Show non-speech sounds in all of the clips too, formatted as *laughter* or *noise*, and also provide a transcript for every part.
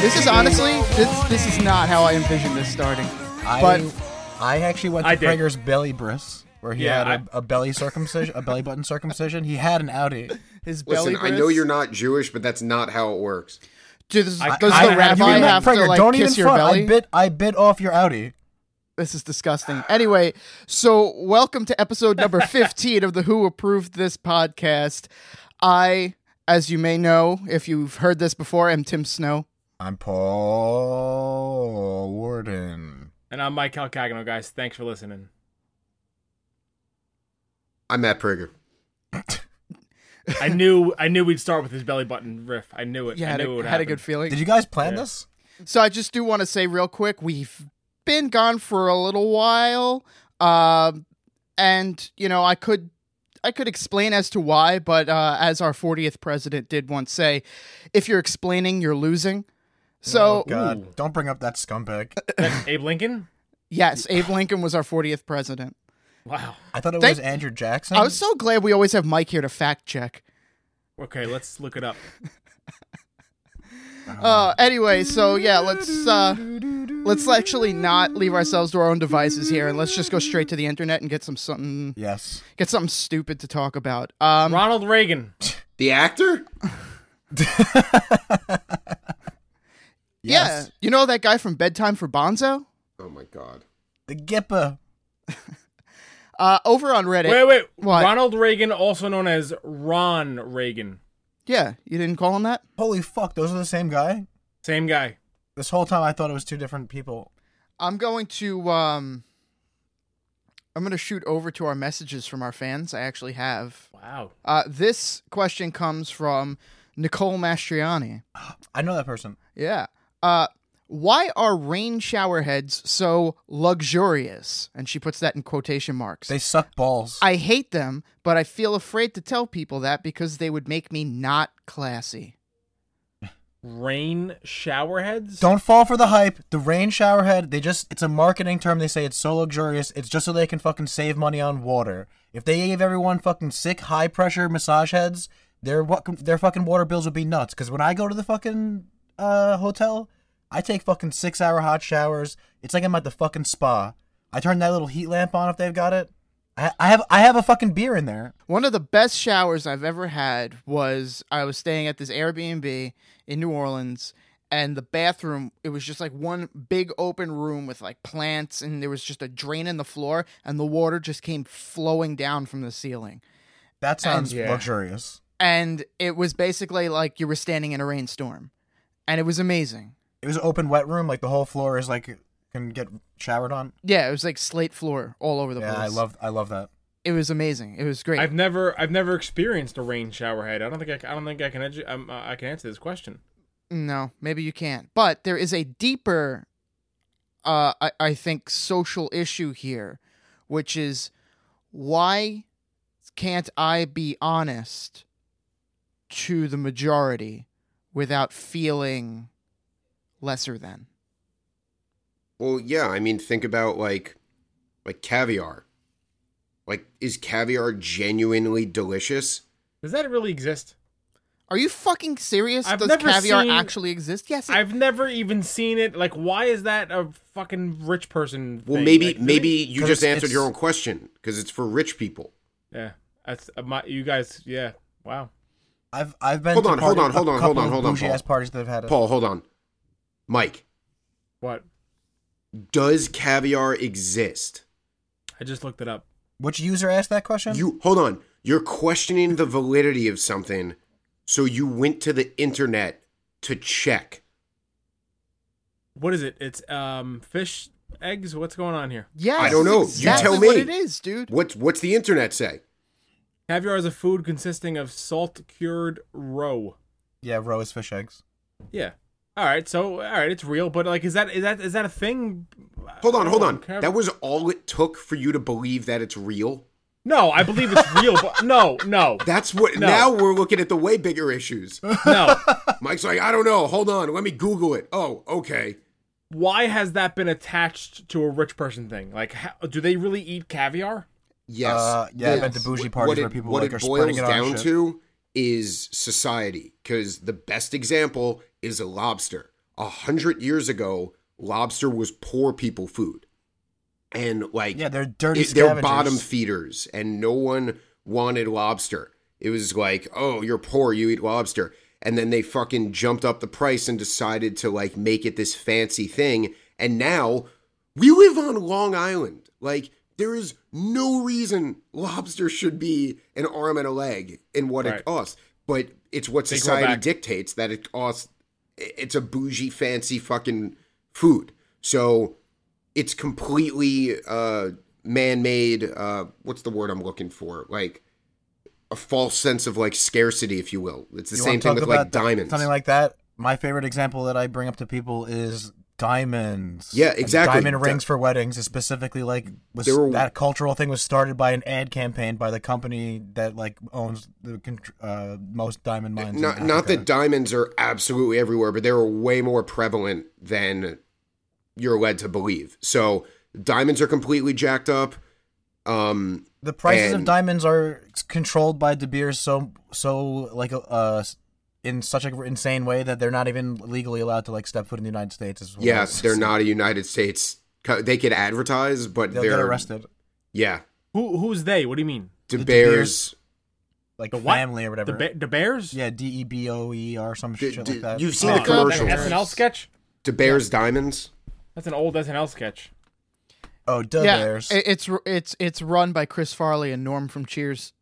This is honestly, this, this is not how I envisioned this starting. I, But I actually went to I did. Prager's belly bris, where he Yeah, had a, a belly circumcision, a belly button circumcision. He had an outie. his belly. Listen, I know bris- you're not Jewish, but that's not how it works. Dude, this, I- *laughs* does I- the I- rabbi you Like, mean have Prager, to like don't kiss even your front. belly? I bit, I bit off your outie. This is disgusting. Anyway, so welcome to episode *laughs* number 15 of the Who Approved This podcast. I, as you may know, if you've heard this before, am Tim Snow. I'm Paul Warden. And I'm Mike Calcagano, guys. Thanks for listening. I'm Matt Prager. I knew I knew we'd start with his belly button riff. I knew it. You I had, knew it a, would had a happen. good feeling. Did you guys plan Yeah. this? So I just do want to say real quick, we've been gone for a little while, um, and you know I could I could explain as to why, but uh, as our 40th president did once say, if you're explaining, you're losing. So Oh, God, don't bring up that scumbag. That Abe Lincoln? yes, Abe Lincoln was our 40th president. Wow. I thought it *laughs* Thank- was Andrew Jackson. I was so glad we always have Mike here to fact check. Okay, let's look it up. Uh, anyway, so yeah, let's uh, let's actually not leave ourselves to our own devices here, and let's just go straight to the internet and get some something yes. get something stupid to talk about. Um, Ronald Reagan. The actor? Yeah, Yes. you know that guy from Bedtime for Bonzo? Oh my god. The Gipper. Uh, over on Reddit. Wait, wait. What? Ronald Reagan, also known as Ron Reagan. Yeah, you didn't call him that. Holy fuck, those are the same guy? Same guy. This whole time I thought it was two different people. I'm going to um, I'm going to shoot over to our messages from our fans. I actually have. Wow. Uh, this question comes from Nicole Mastriani. I know that person. Yeah. Uh, why are rain shower heads so luxurious? And she puts that in quotation marks. They suck balls. I hate them, but I feel afraid to tell people that because they would make me not classy. Rain showerheads? Don't fall for the hype. The rain shower head, they just it's a marketing term. They say it's so luxurious. It's just so they can fucking save money on water. If they gave everyone fucking sick high pressure massage heads, their wa- their fucking water bills would be nuts cuz when I go to the fucking uh hotel, I take fucking 6-hour hot showers. It's like I'm at the fucking spa. I turn that little heat lamp on if they've got it. I, I have I have a fucking beer in there. One of the best showers I've ever had was I was staying at this Airbnb in New Orleans and the bathroom it was just like one big open room with like plants and there was just a drain in the floor and the water just came flowing down from the ceiling. That sounds yeah. luxurious. And it was basically like you were standing in a rainstorm. And it was amazing. It was an open wet room like the whole floor is like can get showered on. Yeah, it was like slate floor all over the Yeah, place. I love I love that. it was amazing. It was great. I've never I've never experienced a rain showerhead. I don't think I, c- I don't think I can edu- um, uh, I can answer this question. No, maybe you can't. But there is a deeper, uh, I, I think, social issue here, which is why can't I be honest to the majority without feeling lesser than? Well, yeah, I mean think about like like caviar. Like is caviar genuinely delicious? Does that really exist? Are you fucking serious? I've Does never caviar seen- actually exist? Yes. It, I've never even seen it. Like, why is that a fucking rich person? Well, thing? maybe Like, do maybe they- you 'Cause just it's- answered your it's- own question because it's for rich people. Yeah, that's uh, my you guys. Yeah, wow. I've I've been Hold to on, hold party- on, hold a on, couple hold on, of hold on, bougie-ass Paul. parties that have had it. Paul, hold on. Mike, What? does caviar exist? I just looked it up. Which user asked that question? You hold on. You're questioning the validity of something, so you went to the internet to check. What is it? It's um fish eggs. What's going on here? yes. I don't know. it's You tell exactly me. what it is, dude. What's what's the internet say? Caviar is a food consisting of salt cured roe. Yeah, rose fish eggs. Yeah. All right. So all right, it's real. But like, is that is that is that a thing? Hold on, hold on. Cav- That was all it took for you to believe that it's real. no. I believe it's real. but no, *laughs* no, That's what. No. Now we're looking at the way bigger issues. *laughs* no. Mike's like, I don't know. Hold on. Let me Google it. Oh, okay. Why has that been attached to a rich person thing? Like, how, do they really eat caviar? Yes. Uh, yeah, I've been to Yes. bougie What- parties what where it- people what like it are boils spreading it on down shit. to is society because the best example is a lobster a hundred years ago, lobster was poor people food, and like Yeah, they're dirty it- they're scavengers. bottom feeders, and no one wanted lobster. It was like, oh, you're poor, you eat lobster, and then they fucking jumped up the price and decided to like make it this fancy thing, and now we live on Long Island. Like, there is no reason lobster should be an arm and a leg in what Right. it costs. But it's what They go society back. dictates that it costs. It's a bougie, fancy fucking food. So it's completely uh, man made. Uh, what's the word I'm looking for? Like a false sense of like scarcity, if you will. It's the You same wanna thing talk with like about th- diamonds. Something like that. My favorite example that I bring up to people is diamonds. Yeah, And exactly. diamond rings for weddings is specifically like was There were- that cultural thing was started by an ad campaign by the company that like owns the con- uh, most diamond mines. not, in not that Africa. diamonds are absolutely everywhere, but they were way more prevalent than you're led to believe. So diamonds are completely jacked up. Um, the prices of and- diamonds are controlled by De Beers so so like uh in such an insane way that they're not even legally allowed to like step foot in the United States. As well. yes, they're not a United States. co- They could advertise, but They'll are get arrested. Yeah, Who who's they? What do you mean? De The De Beers. Like The what? family or whatever. The ba- the Bears? Yeah, D E B O E or some D- shit d- like that. you've Oh, seen the that commercials. SNL sketch. De Beers diamonds. That's an old SNL sketch. oh, duh, yeah, bears. i- it's r- it's it's run by Chris Farley and Norm from Cheers.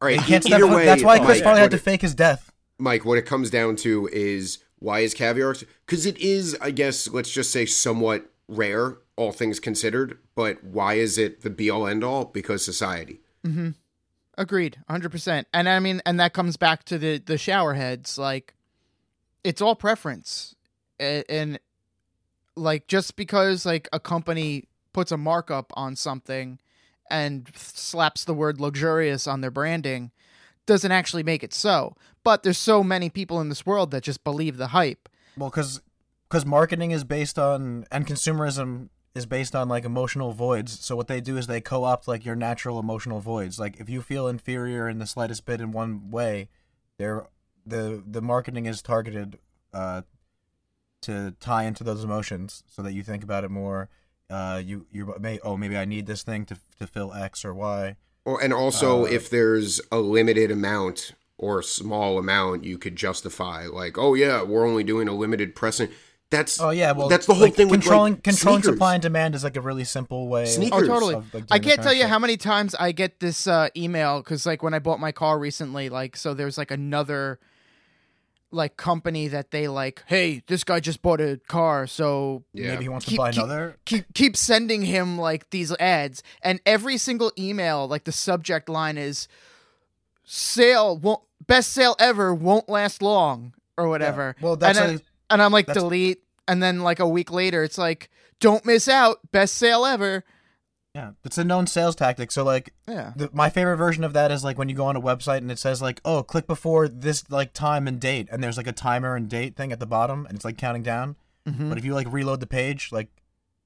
All right. They can't e- step either foot- way, that's why Chris Mike, Farley had what to it- fake his death. Mike, what it comes down to is why is caviar? Because it is, I guess, let's just say, somewhat rare, all things considered. But why is it the be all end all? Because society. Agreed, hundred percent. And I mean, and that comes back to the the shower heads. Like, it's all preference, and, and like just because like a company puts a markup on something and slaps the word luxurious on their branding doesn't actually make it so. But there's so many people in this world that just believe the hype. Well, because marketing is based on and consumerism is based on like emotional voids. So what they do is they co-opt like your natural emotional voids. Like if you feel inferior in the slightest bit in one way, they're the the marketing is targeted uh, to tie into those emotions so that you think about it more. Uh, you you may oh maybe I need this thing to to fill X or Y. Or, and also, Uh, if there's a limited amount or a small amount, you could justify like, oh yeah, we're only doing a limited pressing. That's Oh yeah, well that's the whole like, thing. Controlling with, like, controlling sneakers. supply and demand is like a really simple way. Sneakers. Oh, Years totally. of, like, I doing can't that tell kind of you shit. how many times I get this uh, email because, like, when I bought my car recently, like, so there's like another like company that they like, hey, this guy just bought a car, so Yeah. Maybe he wants to Keep- buy keep- another. keep keep sending him like these ads, and every single email, like, the subject line is sale won't best sale ever won't last long or whatever. Well, that's and, I- a- and I'm like that's- delete, and then like a week later, it's like don't miss out, best sale ever. Yeah, it's a known sales tactic. So like, Yeah. the, my favorite version of that is like when you go on a website and it says like, oh, click before this like time and date, and there's like a timer and date thing at the bottom, and it's like counting down. But if you like reload the page, like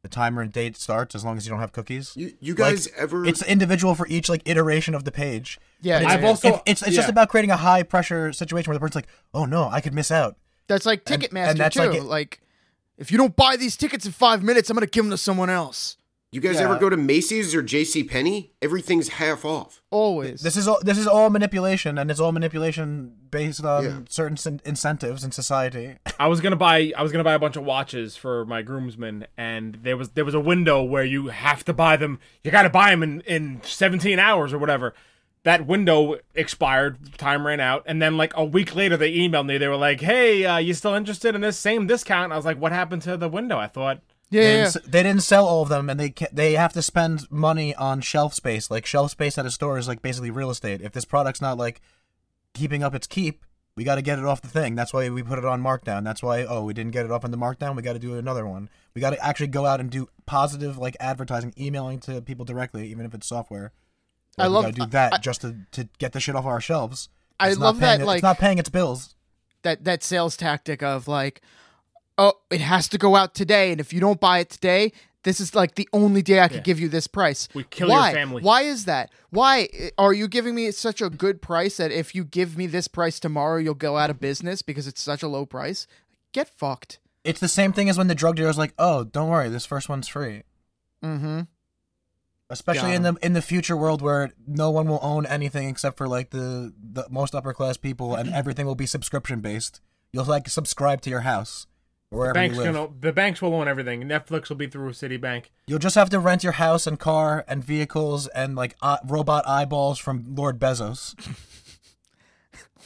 the timer and date starts as long as you don't have cookies. You, you Like, guys ever? It's individual for each like iteration of the page. Yeah, But it's, I've also- if- it's, it's just yeah. about creating a high pressure situation where the person's like, oh no, I could miss out. That's like And- Ticketmaster and that's too. like Like, it- if you don't buy these tickets in five minutes, I'm gonna give them to someone else. you guys yeah. ever go to Macy's or J.C. Penney? Everything's half off. Always. This is all this is all manipulation, and it's all manipulation based on Yeah. certain sin- incentives in society. I was gonna buy I was gonna buy a bunch of watches for my groomsmen, and there was there was a window where you have to buy them. You got to buy them in in 17 hours or whatever. That window expired, time ran out, and then like a week later, they emailed me. They were like, "Hey, uh, you still interested in this same discount?" I was like, "What happened to the window?" I thought yeah, They yeah, didn't, yeah. s- they didn't sell all of them, and they ca- they have to spend money on shelf space. Like shelf space at a store is like basically real estate. If this product's not like keeping up its keep, we got to get it off the thing. That's why we put it on markdown. That's why oh we didn't get it off on the markdown. We got to do another one. We got to actually go out and do positive like advertising, emailing to people directly, even if it's software. I we love- gotta I- do that just to, to get the shit off our shelves. I It's not love paying that, it- like- it's not paying its bills. That that sales tactic of like, oh, it has to go out today, and if you don't buy it today, This is like the only day I could Yeah. give you this price. We kill your Why? family. Why is that? Why are you giving me such a good price that if you give me this price tomorrow, you'll go out of business because it's such a low price? Get fucked. It's the same thing as when the drug dealer's like, "Oh, don't worry, this first one's free." Mm-hmm. Especially in the in the future world where no one will own anything except for like the the most upper class people, and everything will be subscription based. You'll like subscribe to your house wherever Banks you live. gonna the banks will own everything. Netflix will be through Citibank. You'll just have to rent your house and car and vehicles and like uh, robot eyeballs from Lord Bezos.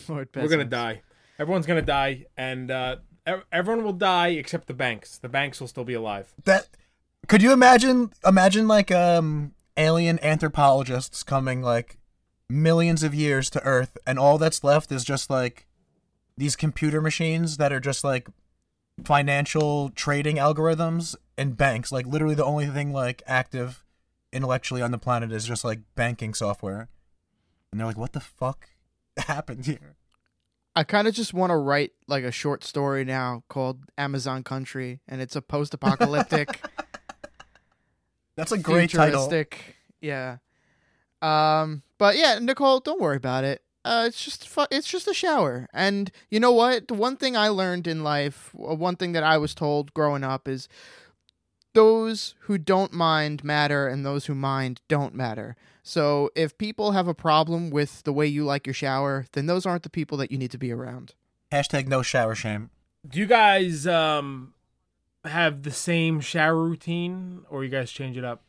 Lord We're gonna Bezos. die. Everyone's gonna die, and uh, ev- everyone will die except the banks. The banks will still be alive. That could you imagine? Imagine like um alien anthropologists coming like millions of years to Earth, and all that's left is just like these computer machines that are just like financial trading algorithms and banks. Like literally, the only thing like active intellectually on the planet is just like banking software. And they're like, "What the fuck *laughs* happened here?" I kind of just want to write like a short story now called Amazon Country, and it's a *laughs* post-apocalyptic, That's a great title. futuristic, yeah. Um, but yeah, Nicole, don't worry about it. Uh, it's just fu- it's just a shower, and you know what? The one thing I learned in life, w- one thing that I was told growing up is, those who don't mind matter, and those who mind don't matter. So if people have a problem with the way you like your shower, then those aren't the people that you need to be around. Hashtag no shower shame. Do you guys um have the same shower routine, or you guys change it up?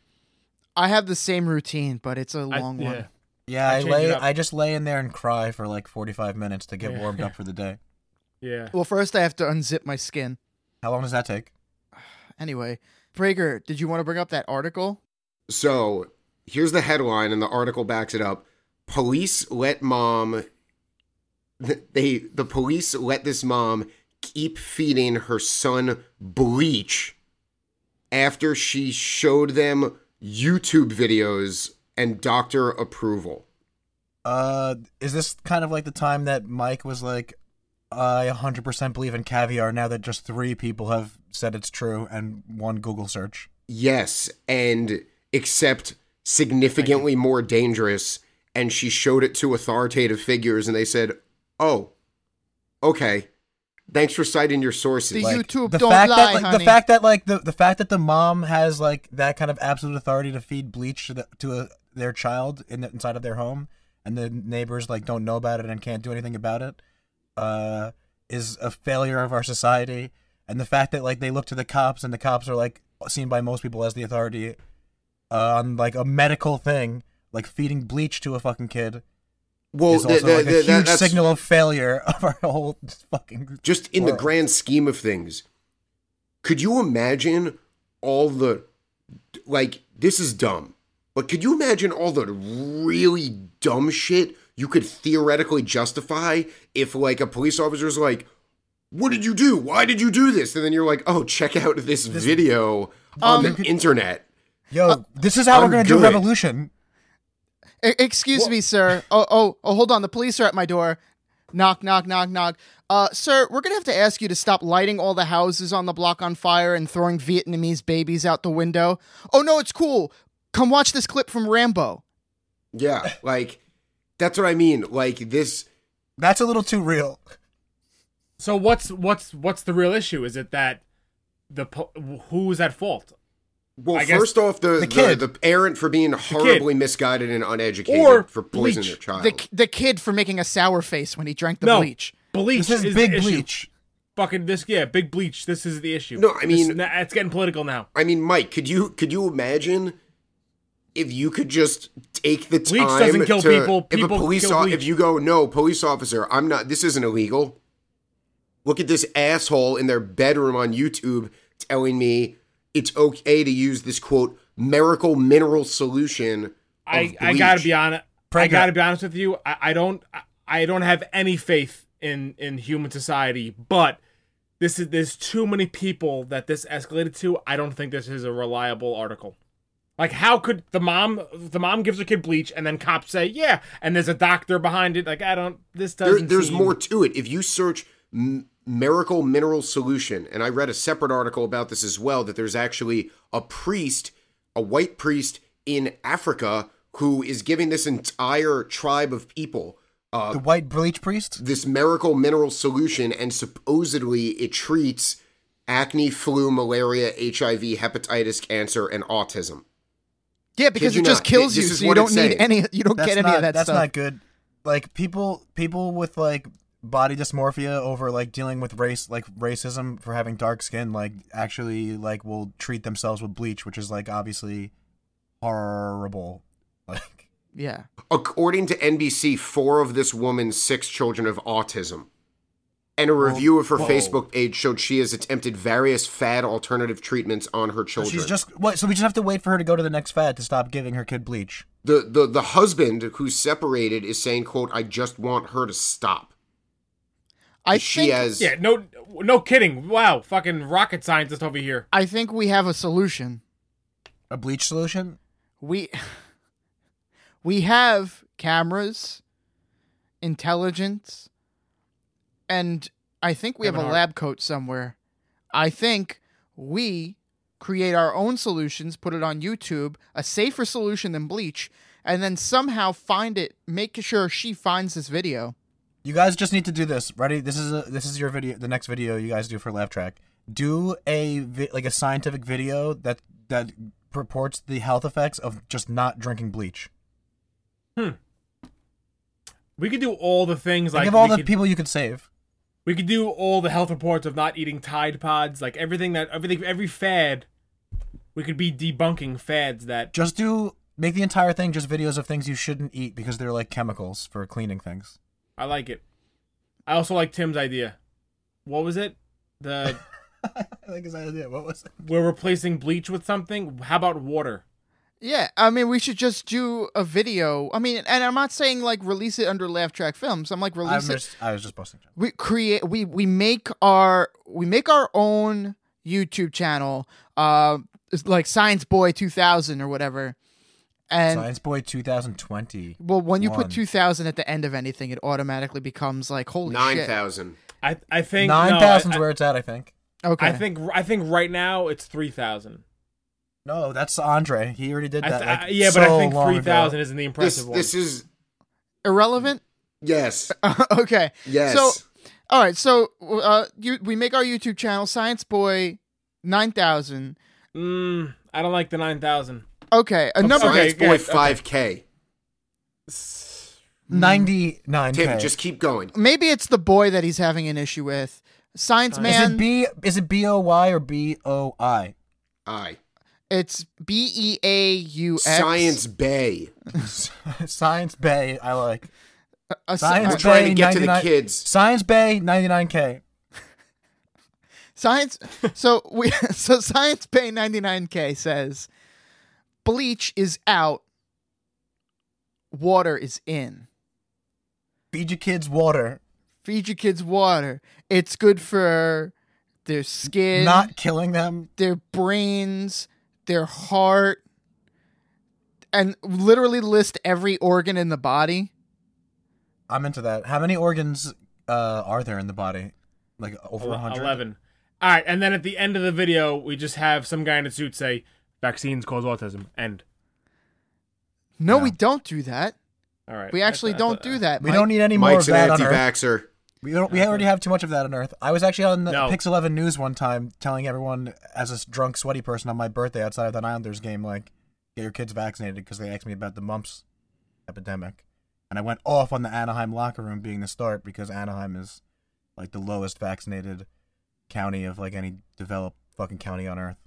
I have the same routine, but it's a I- long yeah. one. Yeah, I I, change it lay. up. I just lay in there and cry for like forty-five minutes to get Yeah. warmed *laughs* up for the day. Yeah. Well, first I have to unzip my skin. How long does that take? Anyway, Prager, did you want to bring up that article? So here's the headline, and the article backs it up. Police let mom. They the police let this mom keep feeding her son bleach after she showed them YouTube videos and doctor approval. Uh, is this kind of like the time that Mike was like, "I 100% believe in caviar"? Now that just three people have said it's true and one Google search. Yes, and except significantly more dangerous. And she showed it to authoritative figures, and they said, "Oh, okay. Thanks for citing your sources." The Like, YouTube the don't fact lie, that, like, honey. The fact that like the, the fact that the mom has like that kind of absolute authority to feed bleach to, the, to a, their child in the, inside of their home, and the neighbors like don't know about it and can't do anything about it, uh, is a failure of our society. And the fact that like they look to the cops and the cops are like seen by most people as the authority uh, on like a medical thing, like feeding bleach to a fucking kid, well, is the- also the- like the- a huge that's- signal of failure *laughs* of our whole fucking. just in the world. grand scheme of things, could you imagine all the like this is dumb, but could you imagine all the really dumb shit you could theoretically justify if like a police officer's like, "What did you do? Why did you do this?" And then you're like, "Oh, check out this, video on the internet." Yo, this is how I'm we're gonna do good. revolution. E- excuse me, sir. Oh, oh, oh, hold on. The police are at my door. Knock, knock, knock, knock. Uh, sir, we're gonna have to ask you to stop lighting all the houses on the block on fire and throwing Vietnamese babies out the window. Oh no, it's cool. Come watch this clip from Rambo. Yeah, like that's what I mean. Like this That's a little too real. So what's what's what's the real issue? Is it that the po- who's at fault, Well, I guess first off, the the, kid. the parent for being horribly misguided and uneducated Or for poisoning bleach. their child. The k- the kid for making a sour face when he drank the No. bleach. bleach? This is, the big issue. bleach. Fucking this, yeah, big bleach. This is the issue. No, I This- mean- na- it's getting political now. I mean, Mike, could you could you imagine if you could just take the Bleach time doesn't kill to, people, if people a police kill o- bleach. if you go, no, police officer, I'm not. This isn't illegal. Look at this asshole in their bedroom on YouTube telling me it's okay to use this quote miracle mineral solution. of I, I bleach." gotta be honest. I Pregnant. gotta be honest with you. I, I don't I, I don't have any faith in in human society. But this is there's too many people that this escalated to. I don't think this is a reliable article. Like how could the mom the mom gives her kid bleach and then cops say yeah and there's a doctor behind it. Like I don't this There, doesn't. there's seem- more to it. If you search m- miracle mineral solution. And I read a separate article about this as well that there's actually a priest, a white priest in Africa, who is giving this entire tribe of people Uh, the white bleach priest. this miracle mineral solution, and supposedly it treats acne, flu, malaria, HIV, hepatitis, cancer, and autism. Yeah, because you it just not. kills This you, is so you what don't it's need saying. any. You don't That's get any not, of that that's stuff. not good. Like people, people with like body dysmorphia over like dealing with race, like racism for having dark skin, like actually like will treat themselves with bleach, which is like obviously horrible. Like Yeah, According to NBC, four of this woman's six children have autism. And a review of her whoa. Facebook page showed she has attempted various fad alternative treatments on her children. she's just what? So we just have to wait for her to go to the next fad to stop giving her kid bleach. the, the the husband who's separated is saying, quote, I just want her to stop. I she think has Yeah, no, no kidding. Wow, fucking rocket scientist over here. I think we have a solution. A bleach solution. We *laughs* we have cameras, intelligence, and I think we have Kevin a Hart. lab coat somewhere. I think we create our own solutions, put it on YouTube, a safer solution than bleach, and then somehow find it, make sure she finds this video. You guys just need to do this. Ready? This is a, this is your video. The next video you guys do for laugh track. Do a vi- like a scientific video that that purports the health effects of just not drinking bleach. We could do all the things like Think of all we the could, people you could save. We could do all the health reports of not eating Tide Pods, like everything that everything every fad. We could be debunking fads that Just do make the entire thing just videos of things you shouldn't eat because they're like chemicals for cleaning things. *laughs* I like it. I also like Tim's idea. What was it? *laughs* The I think is that idea. What was it? we're replacing bleach with something. How about water? Yeah, I mean, we should just do a video. I mean, and I'm not saying like release it under Laugh Track Films. I'm like I'm release it just, I was just posting. we create we we make our we make our own YouTube channel, uh, it's like Science Boy 2000 or whatever. And Science Boy 2020. well, when you One. put 2000 at the end of anything, it automatically becomes like holy nine shit. thousand. I I think no, I- Nine thousand's I- where it's at, I think. Okay, I think I think right now it's three thousand. No, that's Andre. He already did I that. th- like, I- yeah, but I so think long ago. three thousand isn't the This impressive one. this is irrelevant. *laughs* yes. okay, Yes. So all right, so uh, you we make our YouTube channel Science Boy 9000. mm, I don't like the nine thousand. Okay, a number. sorry. Science okay, Boy good, okay. five K. 99 Mm. Tim, just keep going. Maybe it's the boy that he's having an issue with. Science is man. it B is it B O Y or B O I? *laughs* Aye. It's B E A U X. Science Bay. Science Bay, I like. A sci- Science uh, We're trying to Bay, get to the 99 kids. Science Bay 99K. Science. So we. *laughs* So Science Bay ninety nine K says, bleach is out. Water is in. Feed your kids water. Feed your kids water. It's good for their skin, Not killing them. their brains, their heart, and literally list every organ in the body. I'm into that. How many organs uh, are there in the body? Like over 100? Eleven. All right, and then at the end of the video, we just have some guy in a suit say, "Vaccines cause autism." End. No, No. we don't do that. All right. We That's- actually that's- don't do that. We Mike. don't need any more of Mike's an that on Earth. anti-vaxer. We, don't, we already have too much of that on Earth. I was actually on the No. Pix 11 News one time telling everyone, as a drunk, sweaty person on my birthday outside of that Islanders game, like, get your kids vaccinated because they asked me about the mumps epidemic. And I went off on the Anaheim locker room being the start because Anaheim is, like, the lowest vaccinated county of, like, any developed fucking county on Earth.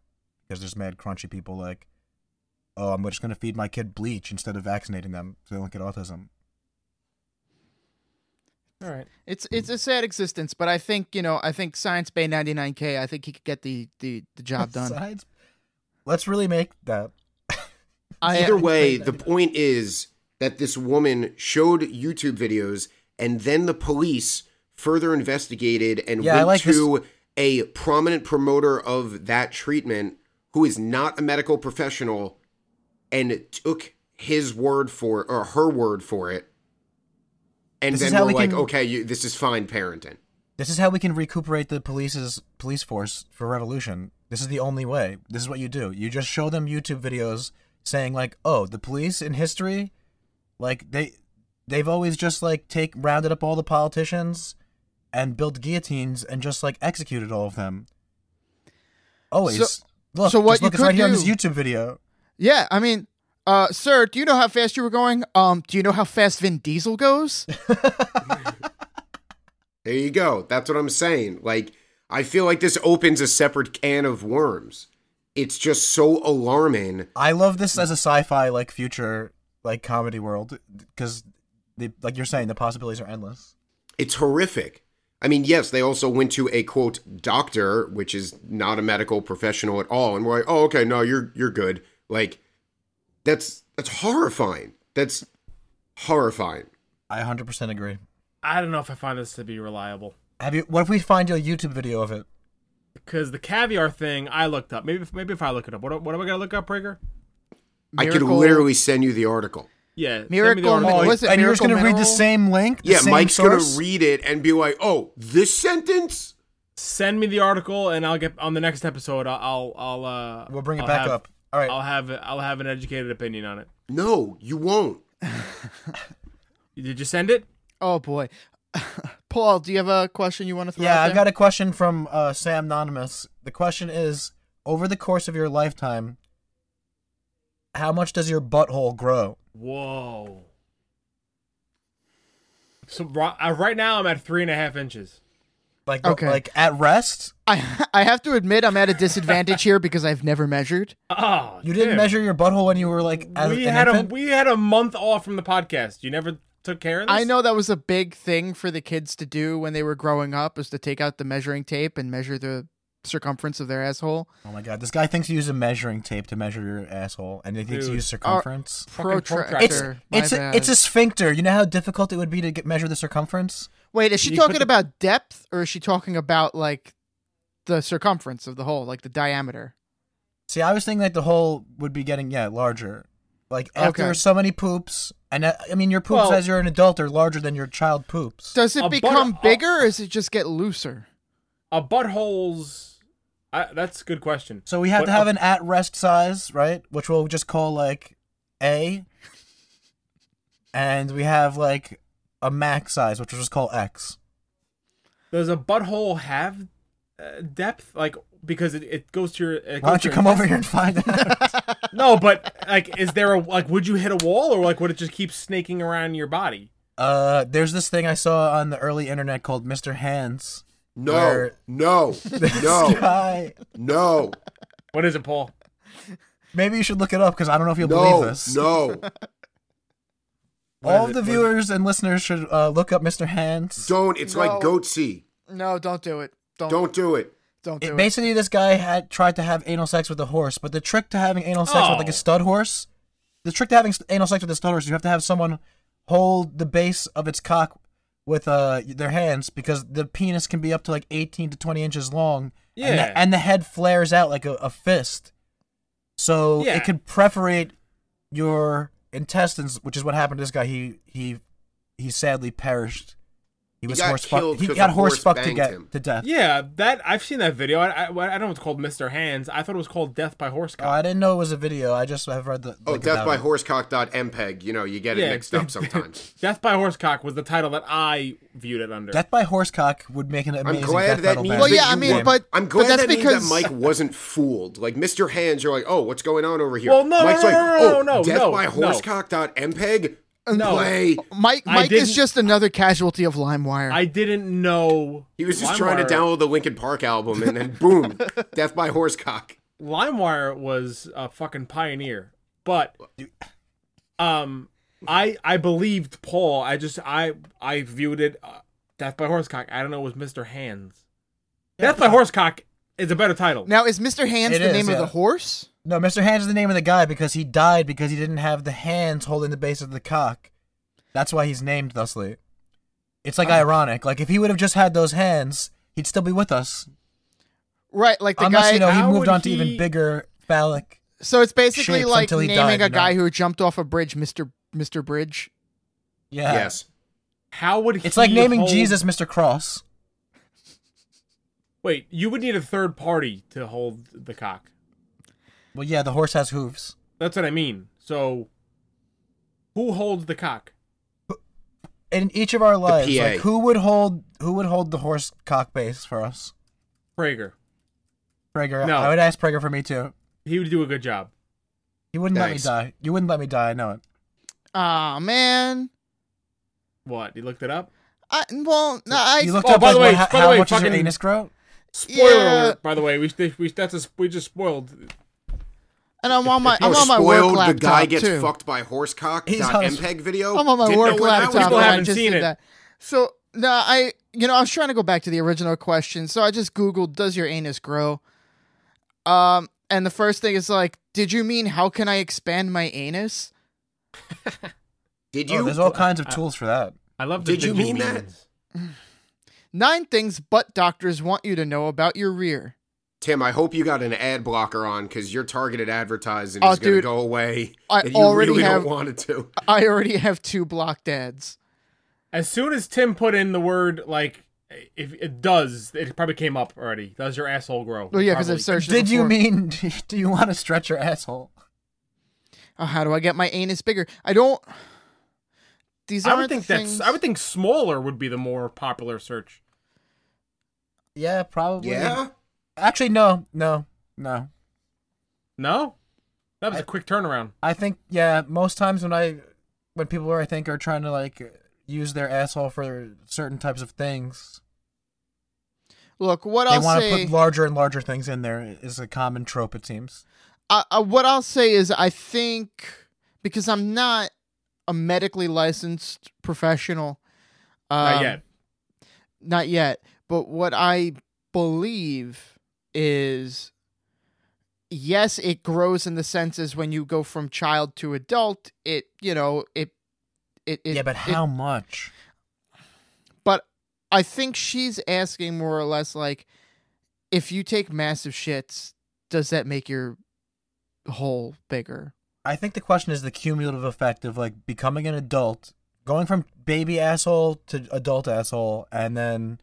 Because there's mad crunchy people like, oh, I'm just going to feed my kid bleach instead of vaccinating them so they don't get autism. All right. It's it's a sad existence, but I think you know I think Science Bay 99K. I think he could get the the, the *laughs* job done. Besides, let's really make that. I, Either way, the point is that this woman showed YouTube videos, and then the police further investigated and Yeah, I went like to a prominent promoter of that treatment who is not a medical professional and took his word for or her word for it. And This is then how we're we like, can- okay, you, this is fine parenting. This is how we can recuperate the police's police force for revolution. This is the only way. This is what you do. You just show them YouTube videos saying like, "Oh, the police in history, like they they've always just like take rounded up all the politicians and built guillotines and just like executed all of them." Always. So- look, so what just look, you it's right could here on this do- YouTube video. Yeah, I mean, uh, sir, do you know how fast you were going? Um, do you know how fast Vin Diesel *laughs* goes? There you go. That's what I'm saying. Like, I feel like this opens a separate can of worms. It's just so alarming. I love this as a sci-fi like future like comedy world because they like you're saying the possibilities are endless. It's horrific. I mean, yes, they also went to a quote doctor, which is not a medical professional at all, and we're like, oh, okay, no, you're you're good. Like, that's that's horrifying. That's horrifying. I 100% agree. I don't know if I find this to be reliable Have you? What if we find you a YouTube video of it? because the caviar thing I looked up. Maybe maybe if I look it up, what what am I gonna look up, Prager? I could Miracle- literally send you the article. Yeah, send me the Miracle article. Mil- was it and you're just Miracle gonna read the Mineral? same link? The Yeah, same Mike's source? gonna read it and be like, oh, this sentence. Send me the article, and I'll get on the next episode. I'll I'll, I'll uh, We'll bring it I'll back have- up. All right. I'll have I'll have an educated opinion on it. No, you won't. Did you send it? oh boy, *laughs* Paul, do you have a question you want to throw? yeah, out I've there? got a question from uh, Sam Anonymous. The question is: Over the course of your lifetime, how much does your butthole grow? Whoa. So ri- uh, right now I'm at three and a half inches. Like, Okay. like at rest, I *laughs* I have to admit I'm at a disadvantage here because I've never measured. Oh, you didn't damn. measure your butthole when you were like as we an had infant? a we had a month off from the podcast. You never took care of this. I know that was a big thing for the kids to do when they were growing up, was to take out the measuring tape and measure the circumference of their asshole. Oh my god, this guy thinks you use a measuring tape to measure your asshole, and he thinks you Dude. use circumference. Fucking Protractor. it's my it's a, bad. it's a sphincter. You know how difficult it would be to get measure the circumference. Wait, is she You put talking the- about depth or is she talking about like the circumference of the hole, like the diameter? See, I was thinking that the hole would be getting yeah larger. Like after Okay. so many poops, and uh, I mean your poops Well- as you're an adult are larger than your child poops. Does A it butt- become a- bigger or does it just get looser? a butthole's. I, that's a good question. uh, so we have What to have a- an at rest size, right? Which we'll just call like A. And we have like a max size, which we'll just call X. Does a butthole have uh, depth? Like because it, it goes to your. It Why don't goes to you your come over intestine. here and find out? *laughs* *laughs* No, but like, is there a like? Would you hit a wall or like would it just keep snaking around your body? Uh, there's this thing I saw on the early internet called Mr. Hands. No, Where- *laughs* no, This no, guy. *laughs* no, What is it, Paul? Maybe you should look it up because I don't know if you'll no, believe this. no. What All of is it? the What- viewers and listeners should uh, look up Mr. Hands. Don't. It's No. like goat see. No, don't do it. Don't don't, Don't do it. do It, it. basically, this guy had tried to have anal sex with a horse, but the trick to having anal sex with like Oh. a stud horse, the trick to having s- anal sex with a stud horse, is you have to have someone hold the base of its cock with uh, their hands because the penis can be up to like 18 to 20 inches long. And Yeah. the, and the head flares out like a, a fist. So Yeah. it could perforate your intestines, which is what happened to this guy. He he he sadly perished. He was got horse fucked. killed He 'cause got a horse horse fucked to banged get him. to death. Yeah, that I've seen that video. I, I, I don't know. It's called Mister Hands. I thought it was called Death by Oh, Horsecock. I didn't know it was a video. I just have read the. Oh, like, death about by it. horsecock.mpeg. E You know, you get it *laughs* mixed up sometimes. Death by Horsecock was the title that I viewed it under. Death by horsecock would make an amazing. glad death that metal means band. well, yeah, that I you mean, were- but I'm glad but that's that means because that Mike wasn't fooled. Like Mr. Hands, you're like, oh, what's going on over here? Well, no, no, Mike's no, like, no, no, oh, no, death no, by no. horsecock.mpeg. No. E Play. Mike I Mike is didn't- just another casualty of LimeWire. I didn't know. He was just trying to download the Linkin Park album, and then *laughs* boom, death by horsecock. LimeWire was a fucking pioneer, but um, I I believed Paul. I just I I viewed it uh, Death by Horsecock. I don't know. It was Mister Hands. Death by Horsecock is a better title. now is Mr. Hands It the is, name of yeah. the horse? No, Mr. Hands is the name of the guy because he died because he didn't have the hands holding the base of the cock. That's why he's named thusly. It's Um, like ironic. Like if he would have just had those hands, he'd still be with us. Right, like the Unless guy you know he how moved would on to even he- bigger phallic. So it's basically shapes like until he naming died, a you know? guy who jumped off a bridge Mr. Mr. Bridge. Yeah. Yes. How would he It's like naming hold- Jesus Mr. Cross. Wait, you would need a third party to hold the cock. Well, yeah, the horse has hooves. That's what I mean. So, who holds the cock? In each of our lives, PA. like who would hold who would hold the horse cock base for us? Prager. Prager. No. I would ask Prager for me too. He would do a good job. He wouldn't Thanks. let me die. You wouldn't let me die. I know it. Ah man. What? You looked it up? I, well, no, I you looked oh, up by like, the way- what- how, by the way, much does your fucking- anus grow? Spoiler Yeah. alert! By the way, we we that's a, we just spoiled. and I'm on my Oh, I'm on my spoiled, work laptop the guy gets too. fucked by horsecock. He's on his- MPEG E Oh, video. I'm on my Didn't work know when that was laptop. People and going. I haven't just seen did it. That. So no, I you know I was trying to go back to the original question. So I just googled, "Does your anus grow?" Um, and the first thing is like, "Did you mean how can I expand my anus?" Did Oh, you? there's all kinds uh, of tools for that. I love. Did you mean that? Nine things butt doctors want you to know about your rear. Tim, I hope you got an ad blocker on because your targeted advertising Oh, is going to dude. go away. I *laughs* and already you really have- don't want it to. I already have two blocked ads. As soon as Tim put in the word like, if it does, it probably came up already. Does your asshole grow? Well, yeah, because I've Probably. searched. it Did you before. mean? *laughs* Do you want to stretch your asshole? Oh, how do I get my anus bigger? I don't. These I aren't would think the things. that's. I would think smaller would be the more popular search. Yeah, probably. Yeah. Actually, no, no, no. No, that was a I- quick turnaround. I think yeah. Most times when I, when people are, I think are trying to like use their asshole for certain types of things, Look, what they I'll want to say. put larger and larger things in there. Is a common trope it seems. I, I, what I'll say is, I think because I'm not a medically licensed professional. Not um, yet. Not yet. But what I believe is, yes, it grows in the sense as when you go from child to adult, it you know it. It, it yeah, but it- how much? but I think she's asking more or less like, if you take massive shits, does that make your hole bigger? I think the question is the cumulative effect of like becoming an adult, going from baby asshole to adult asshole, and then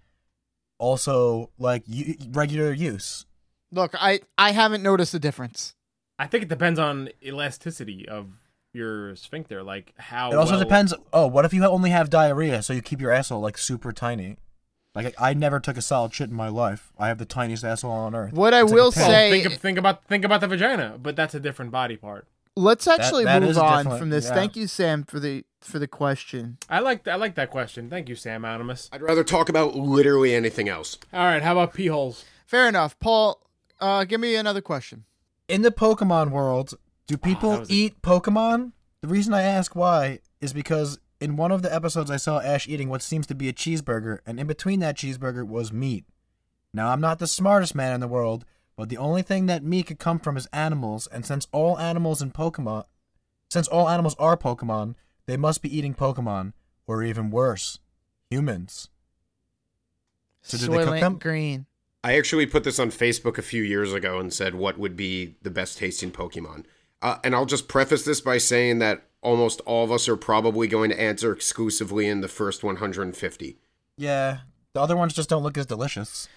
also like u- regular use. Look, I I haven't noticed a difference. I think it depends on elasticity of your sphincter, like how. it also well- depends. Oh, what if you only have diarrhea, so you keep your asshole like super tiny? Like I I never took a solid shit in my life. I have the tiniest asshole on earth. What I It's like a will pill. Well, say- think, of- think about think about the vagina, but that's a different body part. Let's That- actually that is move a on different- from this. yeah. Thank you, Sam, for the for the question. I like I like that question. Thank you, Sam Animus. I'd rather talk about literally anything else. All right, how about pee holes? Fair enough, Paul. Uh, give me another question. in the Pokemon world, do people that was a- eat Pokemon? The reason I ask why is because in one of the episodes I saw Ash eating what seems to be a cheeseburger, and in between that cheeseburger was meat. Now, I'm not the smartest man in the world, but the only thing that meat could come from is animals, and since all animals in Pokemon, since all animals are Pokemon, they must be eating Pokemon, or even worse, humans. So did they cook Soylent them? Green. I actually put this on Facebook a few years ago and said what would be the best tasting Pokemon. Uh, and I'll just preface this by saying that almost all of us are probably going to answer exclusively in the first 150. Yeah, the other ones just don't look as delicious.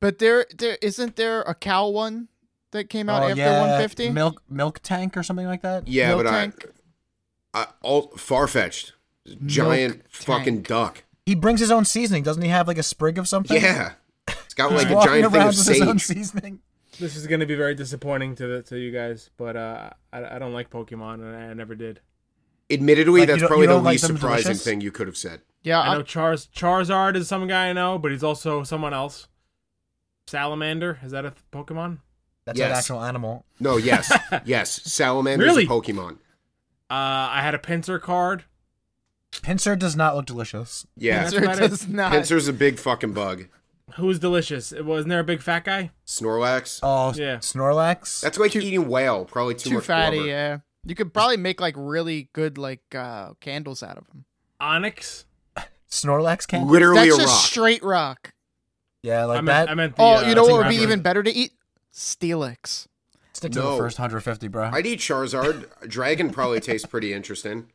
But there, there isn't there a cow one that came out Oh, after yeah, 150? milk milk tank or something like that. Yeah, Milk but tank? I, I all far fetched, giant fucking tank. duck. He brings his own seasoning, doesn't he? Have like a sprig of something. Yeah, it's got He's like a walking giant thing around of with his own sage. seasoning. This is going to be very disappointing to the, to you guys, but uh, I, I don't like Pokemon, and I never did. Like, Admittedly, you that's don't- you probably the don't like least them surprising delicious? thing you could have said. Yeah, uh, I I'm- know Charz Charizard is some guy I know, but he's also someone else. Salamander is that a th- Pokemon? That's an Yes. actual animal. *laughs* No, yes, yes, Salamander's Really? a Pokemon. Uh, I had a pincer card. Pincer does not look delicious. Yeah, That's Pincer about it. does not. Pincer's a big fucking bug. Who was delicious? Wasn't there a big fat guy? Snorlax. Oh, Yeah. Snorlax. That's like eating whale. Probably too, too much fatty. blubber. Yeah, you could probably make like really good like uh, candles out of them. Onyx. Snorlax can. Literally That's a just rock. straight rock. yeah, like I meant, that. I meant the, oh, uh, you know what would be Charizard. even better to eat? Steelix. Stick to No. the first 150, bro. I'd eat Charizard. Dragon probably tastes pretty interesting.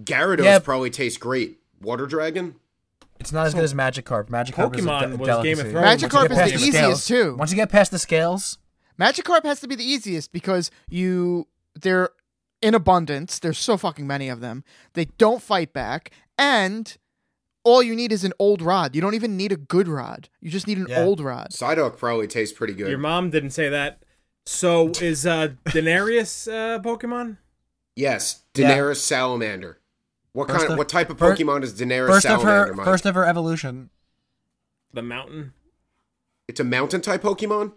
Gyarados Yeah. probably tastes great. Water dragon? It It's not as good as Magikarp. Magikarp is a Pokemon de- was delicacy. Game of Thrones. Once you Magikarp get is past the the easiest scales- too. Once you get past the scales, Magikarp has to be the easiest because you they're in abundance. There's so fucking many of them. They don't fight back, and all you need is an old rod. You don't even need a good rod. You just need an Yeah. old rod. Psyduck probably tastes pretty good. Your mom didn't say that. So is uh Daenerys uh Pokemon? yes, Yeah. Daenerys Salamander. What First kind? Of, of- what type of first- Pokemon is Daenerys first of Salamander? her, Mike? first of her evolution. The mountain? it's a mountain type Pokemon.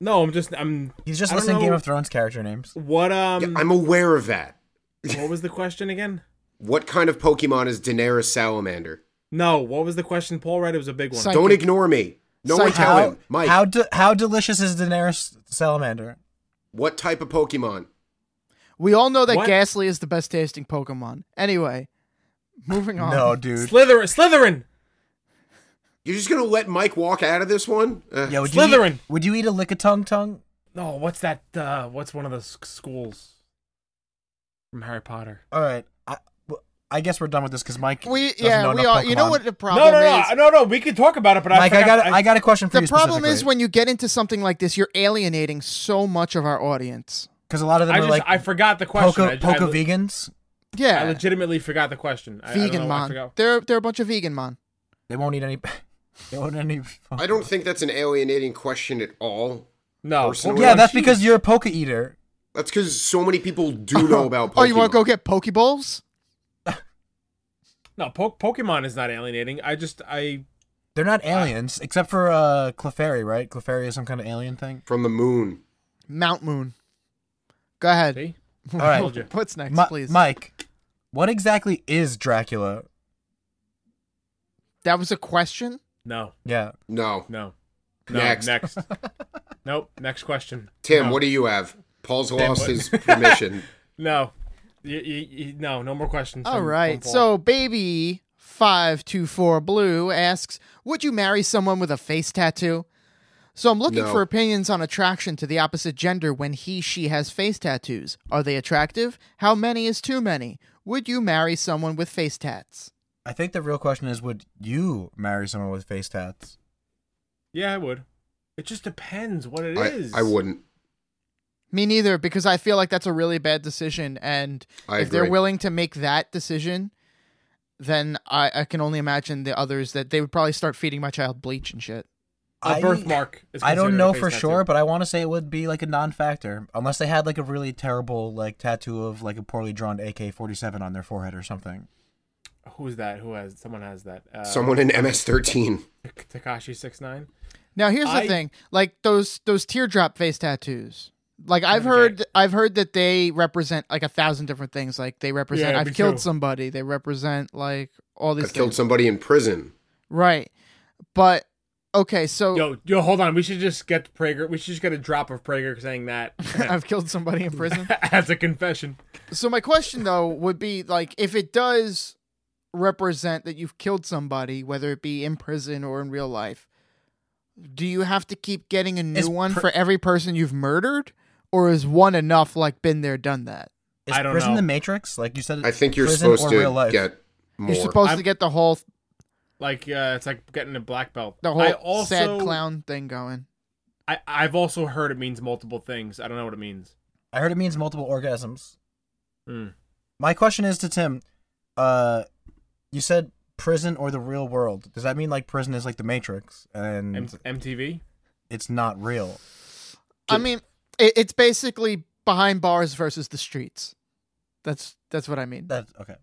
No, I'm just I'm He's just I don't listing Game know of Thrones character names. What um Yeah, I'm aware of that. what was the question again? What kind of Pokemon is Daenerys Salamander? No, what was the question Paul read? It was a big one. Psy- Psychic. Don't ignore me. No one Psychic. tell How him, Mike. how, de- how delicious is Daenerys Salamander? What type of Pokemon? We all know that What? Ghastly is the best tasting Pokemon. Anyway, moving on. No, dude. Slytherin Slytherin! You're just gonna let Mike walk out of this one? Uh, Yeah, would You Slytherin. eat, would you eat a lickitung tongue? No, what's that uh what's one of the s- schools from Harry Potter? All right. I, well, I guess we're done with this because Mike. we doesn't yeah know we enough are. You know Pokemon. what the problem No, no, no, is? no, no. We can talk about it, but Mike, I I forgot, got a- I got a question for you. the problem is specifically. when you get into something like this, you're alienating so much of our audience. Because a lot of them I are just like I forgot the question. Poco, I, Poco I, vegans. Yeah, I legitimately forgot the question. I, I don't know vegan why I mon. forgot. They're they're a bunch of vegan mon. They won't eat any. *laughs* They won't eat any. I don't think that's an alienating question at all. No. Personally- Yeah, Pokemon- that's because you're a poke eater. That's because so many people *laughs* do know about Pokemon. Oh, you want to go get Pokeballs? No, po- Pokemon is not alienating. I just I They're not Ah. aliens, except for uh, Clefairy, right? Clefairy is some kind of *laughs* alien thing. from the moon? Mount Moon. Go ahead. see. All right. Told you. What's next, Mi- please? Mike, what exactly is Dracula? That was a question. No, Yeah. No, no, no. *laughs* Next. next. nope. Next question. Tim, No. what do you have? Paul's lost what- *laughs* his permission. No. You, you, you, no, no more questions. All from- right. from Paul. So, baby five two four blue asks, "Would you marry someone with a face tattoo?" So I'm looking No. for opinions on attraction to the opposite gender when he/she has face tattoos. Are they attractive? How many is too many? Would you marry someone with face tats? I think the real question is would you marry someone with face tats? yeah, I would. It just depends what it I, is. I wouldn't. Me neither, because I feel like that's a really bad decision. And I if they're agree. willing to make that decision, then I, I can only imagine the others that they would probably start feeding my child bleach and shit. A I- birthmark. Is I don't considered a know face for tattoo. sure, but I want to say it would be like a non-factor, unless they had like a really terrible like tattoo of like a poorly drawn AK-47 on their forehead or something. Who's that? Who has? Someone has that. Uh, Someone in MS13. Takashi six nine. Now here's the I- thing, like those those teardrop face tattoos. Like I've Okay. heard I've heard that they represent like a thousand different things. Like they represent Yeah, me I've killed too. somebody. They represent like all I these killed things. somebody in prison. right. But okay, so Yo, yo, hold on. We should just get Prager. We should just get a drop of Prager saying that *laughs* *laughs* I've killed somebody in prison. as a confession. So my question though would be like if it does represent that you've killed somebody, whether it be in prison or in real life, do you have to keep getting a new Is one pr- for every person you've murdered? Or is one enough like been there, done that? Is I don't prison know. the Matrix? Like you said, I think you're prison supposed or to real life. get more. You're supposed to I'm- get the whole Like uh, it's like getting a black belt. the I whole also, sad clown thing going. I, I've also heard it means multiple things. I don't know what it means. I heard it means multiple orgasms. Mm. My question is to Tim. Uh, you said prison or the real world. Does that mean like prison is like the Matrix and M- MTV. it's not real? I mean, it, it's basically behind bars versus the streets. That's that's what I mean. That okay.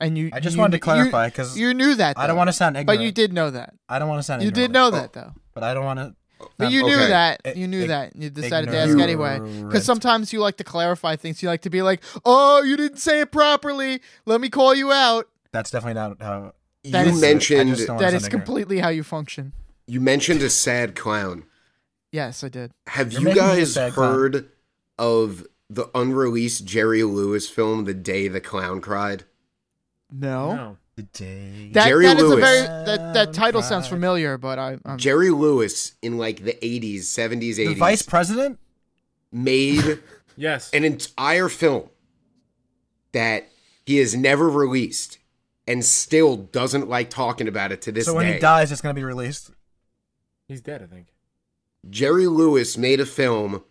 And you I just you wanted to kn- you- clarify 'cause you knew that. I don't though. want to sound ignorant, but you did know that. I don't want to sound. You ignorant, did Oh. know that though. but I don't want to. But you knew Okay. that. I- You knew Um, E- ig- that. You decided to ask ignorant. anyway. Because sometimes you like to clarify things. You like to be like, oh, you didn't say it properly. Let me call you out. That's definitely not how. That you is- mentioned I just don't- wanna That is sound ignorant. completely how you function. you mentioned a sad clown. Yes, I did. Have You're you making me a guys sad clown. heard of the unreleased Jerry Lewis film, The Day the Clown Cried? No. No. The day. That, Jerry that is a Lewis. very that, that title Sound sounds right. familiar, but I, I'm Jerry Lewis in like the 80s, 70s, 80s Um, the vice president. *laughs* made Yes. an entire film that he has never released. and still doesn't like talking about it to this so when day. he dies, it's gonna be *laughs* released. He's dead, I think. Jerry Lewis made a film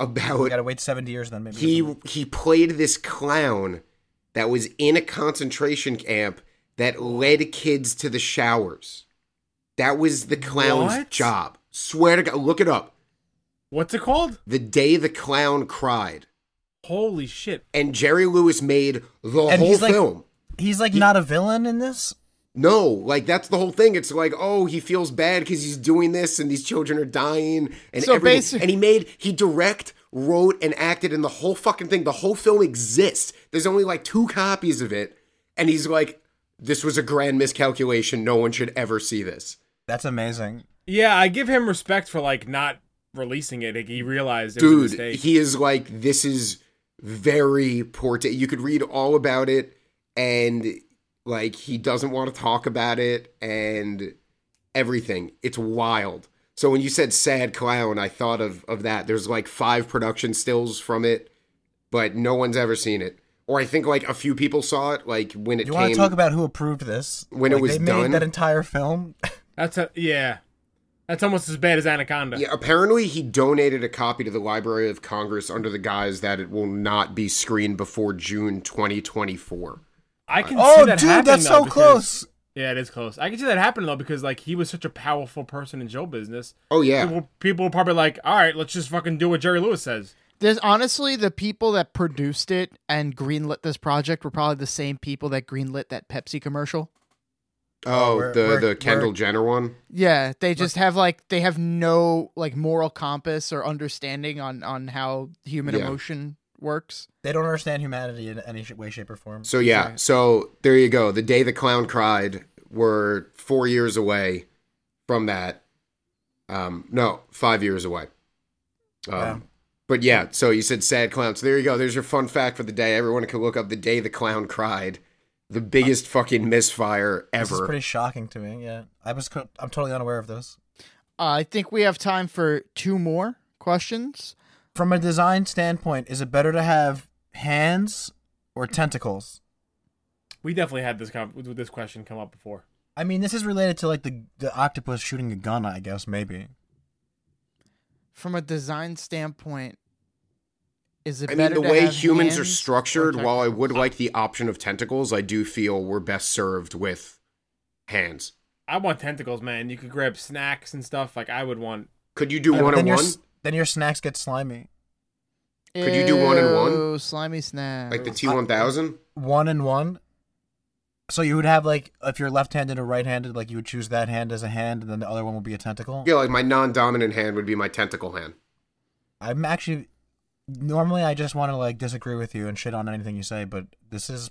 We about gotta wait seventy years then maybe. he he played this clown that was in a concentration camp that led kids to the showers. That was the clown's What? job. Swear to God, look it up. What's it called? The day the clown cried, Holy shit! and Jerry Lewis made the And whole he's like- film. he's like not a villain in this. No, like that's the whole thing. It's like, oh, he feels bad because he's doing this, and these children are dying, and So everything. basi- and he made, he direct, wrote, and acted in the whole fucking thing. The whole film exists. There's only like two copies of it, and he's like, this was a grand miscalculation. No one should ever see this. That's amazing. Yeah, I give him respect for like not releasing it. Like, he realized it was a Dude, mistake. he is like, this is very poor. ta- you could read all about it, and like he doesn't want to talk about it, and everything. It's wild. So when you said sad clown, I thought of of that. There's like five production stills from it, but no one's ever seen it. Or I think like a few people saw it, like when it You want came. to talk about who approved this? when it Like, was they done? made that entire film. That's a yeah. That's almost as bad as Anaconda. yeah, apparently he donated a copy to the Library of Congress under the guise that it will not be screened before June 2024. I can oh, see dude, that happening. that's though, so because- close. Yeah, it is close. I can see that happening though because like he was such a powerful person in show business. Oh yeah. People, people were probably like, "All right, let's just fucking do what Jerry Lewis says." There's honestly the people that produced it and greenlit this project were probably the same people that greenlit that Pepsi commercial. Oh, we're- the we're- the Kendall we're- Jenner one. Yeah, they just have like they have no like moral compass or understanding on on how human Yeah. emotion works. They don't understand humanity in any sh- way, shape, or form. So yeah, so there you go. The day the clown cried, we're four years away from that. Um, no, five years away. Um, Wow. But yeah, so you said sad clown. So there you go. There's your fun fact for the day. Everyone can look up the day the clown cried. The biggest fucking misfire this is ever. pretty shocking to me. Yeah, I was. Co- I'm totally unaware of this. Uh, I think we have time for two more questions. From a design standpoint, is it better to have hands or tentacles? We definitely had this com- with this question come up before. I mean, this is related to like the the octopus shooting a gun. I guess maybe. From a design standpoint, is it I mean, better the to way have humans hands are or structured, while I would tentacles? like the option of tentacles, I do feel we're best served with hands. I want tentacles, man. You could grab snacks and stuff. Like I would want. Could you do Yeah, but one on then your one? s- Then your snacks get slimy. Could you do one and one? Ew, Slimy snacks. Like the T one thousand? One and one. So you would have like if you're left-handed or right-handed, like you would choose that hand as a hand, and then the other one would be a tentacle. Yeah, like my non dominant hand would be my tentacle hand. I'm actually normally I just want to like disagree with you and shit on anything you say, but this is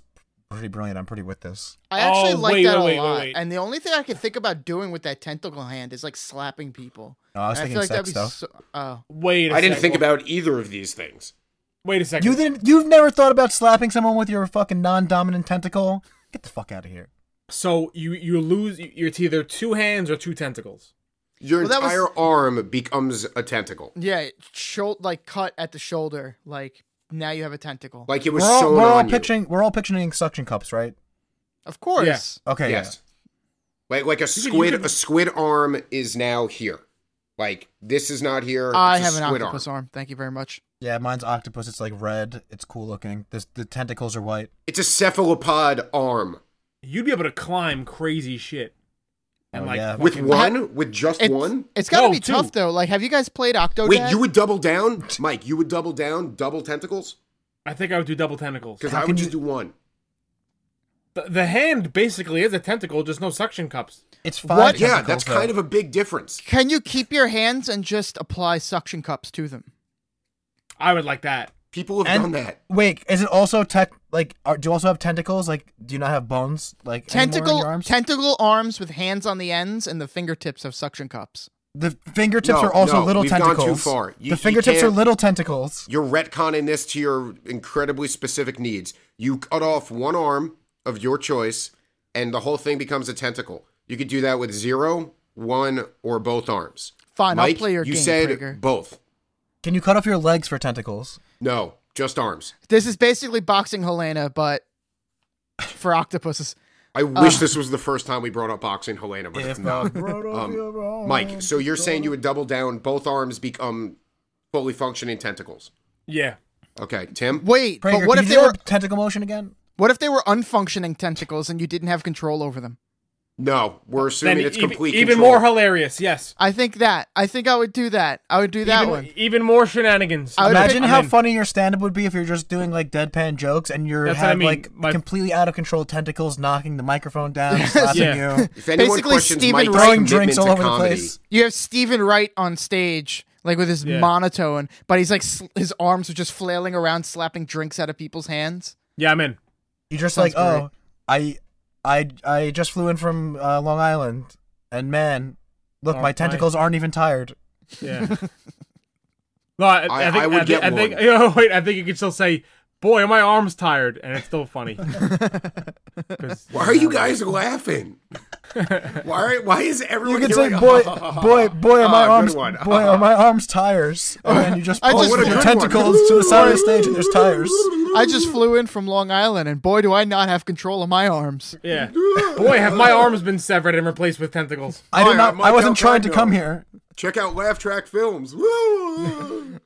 pretty brilliant. I'm pretty with this. I actually Oh, like wait, that wait, wait, a wait, lot. wait. And the only thing I can think about doing with that tentacle hand is like slapping people. No, I was And thinking sex that'd be stuff. so- oh, Wait, I I didn't think about either of these things. Wait a second. You didn't. You've never thought about slapping someone with your fucking non-dominant tentacle. Get the fuck out of here. so you you lose. It's either two hands or two tentacles. Your Well, that was- entire arm becomes a tentacle. yeah, shoulder like cut at the shoulder. Like now you have a tentacle. Like it We're was all, sewn we're all on picturing. We're all picturing suction cups, right? of course. you. Okay. Yes. Like like a could- you squid could- a squid arm is now here. Like this is not here. I it's a have an squid octopus arm. Thank you very much. Yeah. Yeah. Mine's octopus. It's like red. It's cool looking. This the tentacles are white. It's a cephalopod arm. You'd be able to climb crazy shit. And Oh, like yeah. With fucking- one? With just It's, one? It's got to No, be two. tough though. Like, have you guys played Octodad? Wait, you would double down? Mike, you would double down, double tentacles? I think I would do double tentacles. Because How I can would just you- do one. The, the hand basically is a tentacle, just no suction cups. It's five. What? Yeah, tentacles, that's though. kind of a big difference. Can you keep your hands and just apply suction cups to them? I would like that. People have done And- that. Wait, is it also tech? Like, are, do you also have tentacles? Like, do you not have bones? Like anymore in Tentacle your arms? tentacle arms with hands on the ends and the fingertips have suction cups. The fingertips No, are also no, little we've gone too tentacles. far. You- the you fingertips are can't- little tentacles. You're retconning this to your incredibly specific needs. You cut off one arm of your choice, and the whole thing becomes a tentacle. You could do that with zero, one, or both arms. Fine, I'll Mike, play your you game, said Prager. both. Can you cut off your legs for tentacles? No, just arms. This is basically boxing Helena, but for octopuses. I wish this was the first time we brought up boxing, Helena, but it's If not. um, I *laughs* brought up your wrong- Mike, so you're saying you would double down, both arms become fully functioning tentacles. Yeah. Okay, Tim? Wait, Prager, but what can if you they do were that tentacle motion again? what if they were unfunctioning tentacles and you didn't have control over them? No, we're assuming Then it's even, complete even control. more hilarious. Yes. I think that. I think I would do that. I would do that even, one. even more shenanigans. I would Imagine pick- how I'm in. funny your stand-up would be if you're just doing like deadpan jokes and you're That's what I have mean. like My- completely out of control tentacles knocking the microphone down, slapping Yeah. you, If anyone Basically, questions Stephen Mike's Wright- *laughs* throwing commitment drinks to all over comedy, the place. You have Stephen Wright on stage, like with his Yeah. monotone, but he's like sl- his arms are just flailing around, slapping drinks out of people's hands. yeah, I'm in. You're just Sounds like, oh, I, I, I just flew in from uh, Long Island, and man, look, Aren't my Oh, my- tentacles aren't even tired. *laughs* Yeah. no, I, I- I think, I would I think, get I think, one. Oh, wait, I think *laughs* you could still say, "Boy, are my arms tired," and it's still *laughs* funny. 'Cause- why are you guys laughing? *laughs* why? Are, why is You everyone? could say, doing- *laughs* boy, boy, boy, are my Ah, good arms, one. boy, are my arms tires, and then you just I pull just- What a your good one. tentacles to the side of the stage, and there's tires. I just flew in from Long Island, and boy, do I not have control of my arms. Yeah. Boy, have my arms been severed and replaced with tentacles. I did Fire, not. Mike I wasn't trying to Calcagno. come here. Check out Laugh Track Films. *laughs* Woo!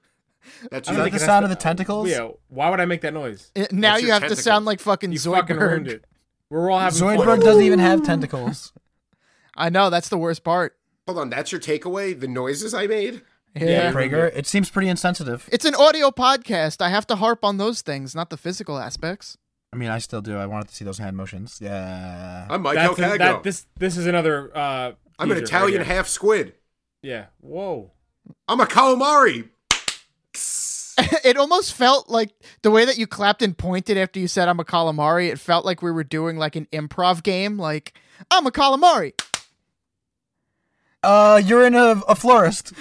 That's Is you. that the sound of the tentacles? Yeah. Why would I make that noise? Uh, Now That's you your have to tentacles. sound like fucking You fucking ruined Zoidberg. it. We're all having Zoidberg fun. doesn't even have tentacles. I know that's the worst part. Hold on, that's your takeaway. The noises I made. *laughs* Yeah. Yeah. Prager, it seems pretty insensitive. It's an audio podcast. I have to harp on those things, not the physical aspects. I mean, I still do. I wanted to see those hand motions. Yeah. I'm Mike That's Calcagno. that, this this is another. Uh, I'm an teaser right Italian here. half squid. Yeah. Whoa. I'm a calamari. it almost felt like the way that you clapped and pointed after you said I'm a calamari, it felt like we were doing like an improv game, like I'm a *laughs* calamari. Uh, you're in a, a florist.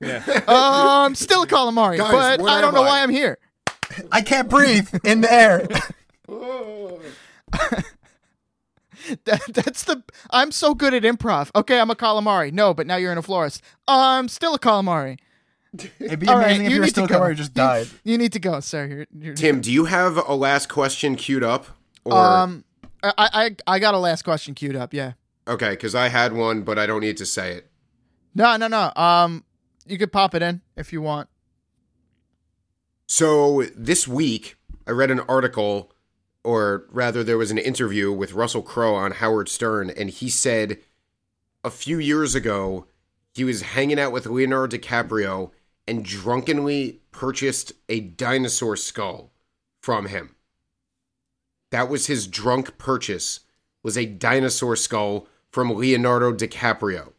Yeah. Uh, I'm still a calamari, Guys, but where I don't am know why I? I'm here. *laughs* I can't breathe in the air. That, that's the I'm so good at improv. Okay, I'm a calamari. No, but now you're in a florist. I'm still a calamari. *laughs* It'd be All right, amazing if you you were need still to go. covered. You just died. You need to go, sir. You're, you're, Tim, do you have a last question queued up? Or um, I, I I got a last question queued up. Yeah. okay, because I had one, but I don't need to say it. No, no, no. Um, you could pop it in if you want. So this week, I read an article, or rather, there was an interview with Russell Crowe on Howard Stern, and he said a few years ago he was hanging out with Leonardo DiCaprio and drunkenly purchased a dinosaur skull from him. That was his drunk purchase was a dinosaur skull from Leonardo DiCaprio.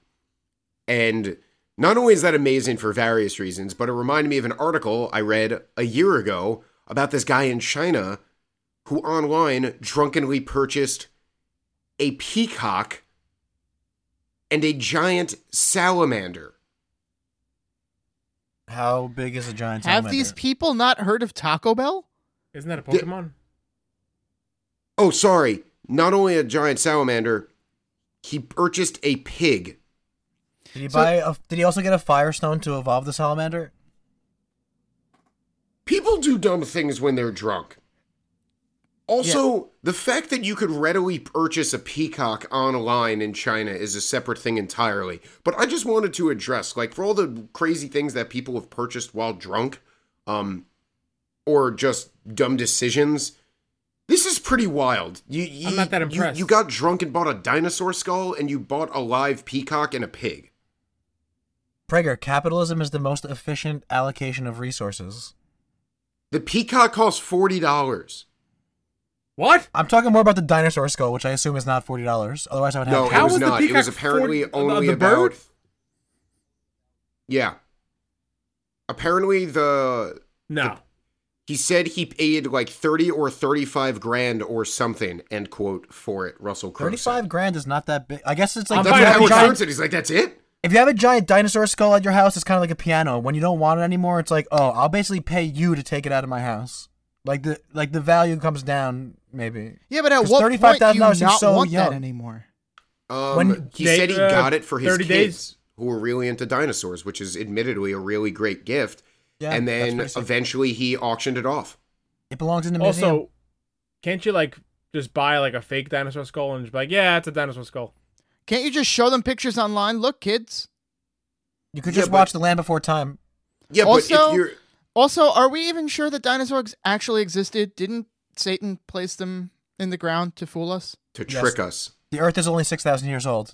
And not only is that amazing for various reasons, but it reminded me of an article I read a year ago about this guy in China who online drunkenly purchased a peacock and a giant salamander. How big is a giant Have these people not heard of Taco Bell? Isn't that a Di- Pokemon? Oh, sorry. Not only a giant salamander, he purchased a pig. Did he So- buy? A, did he also get a firestone to evolve the salamander? People do dumb things when they're drunk. Also, the fact that you could readily purchase a peacock online in China is a separate thing entirely. But I just wanted to address, like, for all the crazy things that people have purchased while drunk, um, or just dumb decisions, this is pretty wild. You, you, I'm not that you- impressed. you got drunk and bought a dinosaur skull, and you bought a live peacock and a pig. Prager, capitalism is the most efficient allocation of resources. The peacock costs forty dollars. What? I'm talking more about the dinosaur skull, which I assume is not forty dollars. Otherwise, I would have. No, to- How it was, was the not. It was peacock apparently 40 only the about. bird? Yeah. Apparently, the No. he said he paid like thirty or thirty-five grand or something. End quote for it. Russell Crowe. said. Thirty-five grand is not that big. I guess it's I'm like That's fine, what if you have a I'm Howard fine. Stern giant- said. He's like, that's it. if you have a giant dinosaur skull at your house, it's kind of like a piano. When you don't want it anymore, it's like, oh, I'll basically pay you to take it out of my house. Like the like the value comes down, maybe. Yeah, but at 'Cause what point do you $35,000 is not so want that young. anymore? Um, When- he They- said he uh, got it for his 30 kids, days. who were really into dinosaurs, which is admittedly a really great gift. Yeah, and that's then pretty sick. eventually he auctioned it off. it belongs in the museum. Also, can't you like just buy like a fake dinosaur skull and just be like, yeah, it's a dinosaur skull. Can't you just show them pictures online? Look, kids. You could Yeah, just but- watch The Land Before Time. Yeah, but Also- if you're Also, are we even sure that dinosaurs actually existed? Didn't Satan place them in the ground to fool us? to Yes. trick us, The Earth is only six thousand years old.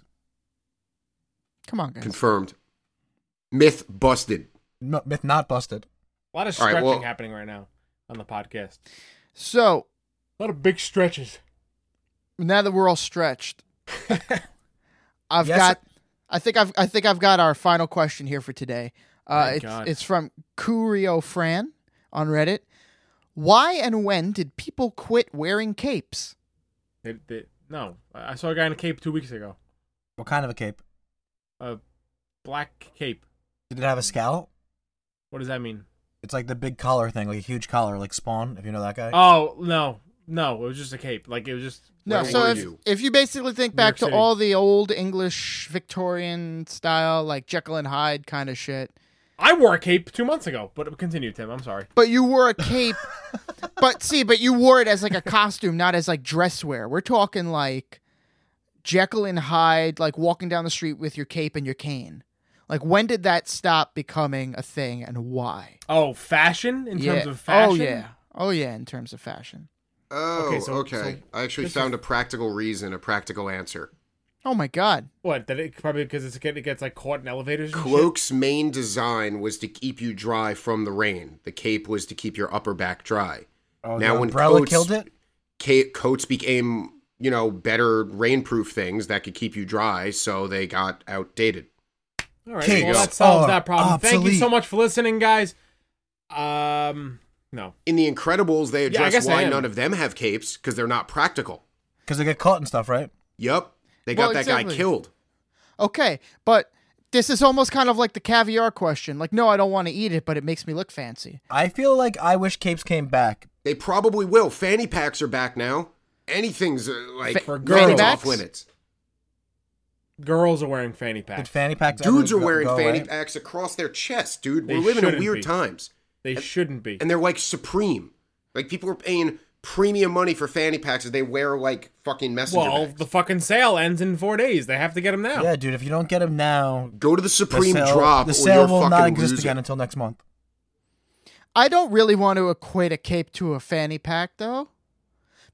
Come on, guys. confirmed. Myth busted. No, myth not busted. A lot of All right, stretching well- happening right now on the podcast. So A lot of big stretches. now that we're all *laughs* stretched, I've Yes, got. I think I've. I think I've got our final question here for today. Uh, Thank it's God. it's from Curio Fran on Reddit. Why and when did people quit wearing capes? They, they, no, I I saw a guy in a cape two weeks ago. What kind of a cape? A black cape. Did it have a scalp? What does that mean? It's like the big collar thing, like a huge collar, like Spawn, if you know that guy. Oh no, no, it was just a cape. Like it was just No, Where so were if you? if you basically think New back York to City. all the old English Victorian style, like Jekyll and Hyde kind of shit, I wore a cape two months ago. But continue, Tim. I'm sorry. But you wore a cape. but see, but you wore it as like a costume, not as like dress wear. We're talking like Jekyll and Hyde, like walking down the street with your cape and your cane. Like when did that stop becoming a thing and why? Oh, fashion in yeah. terms of fashion. Oh yeah. Oh yeah, in terms of fashion. Oh, okay. Okay, so- so I actually this found is- a practical reason, a practical answer. Oh my god. What? That it probably because it's it gets like caught in elevators. and Oh, shit? Cloak's main design was to keep you dry from the rain. The cape was to keep your upper back dry. Oh, now the when umbrella coats- killed it. Ca- coats became, you know, better rainproof things that could keep you dry, so they got outdated. All right. Capes Well, that solves are that problem. Thank you obsolete. so much for listening, guys. Um, no. In The Incredibles, they Yeah, I address guess I why am. none of them have capes because they're not practical. Because they get caught and stuff, right? Yep. They got Well, that exactly. guy killed. Okay, but this is almost kind of like the caviar question. Like no, I don't want to eat it, but it makes me look fancy. I feel like I wish capes came back. They probably will. Fanny packs are back now. Anything's uh, like Fa- for fanny girls packs? off limits. Girls are wearing fanny Did packs. fanny packs? Dudes ever are go- wearing go fanny away? packs across their chest, dude. They We're living in shouldn't weird be. times. they shouldn't be. and they're like supreme. Like people are paying premium money for fanny packs as they wear like fucking messenger Well, bags. the fucking sale ends in four days. They have to get them now. Yeah, dude. If you don't get them now, Go to the the supreme sale, drop, the or sale you're will fucking not exist losing. again until next month. I don't really want to equate a cape to a fanny pack though.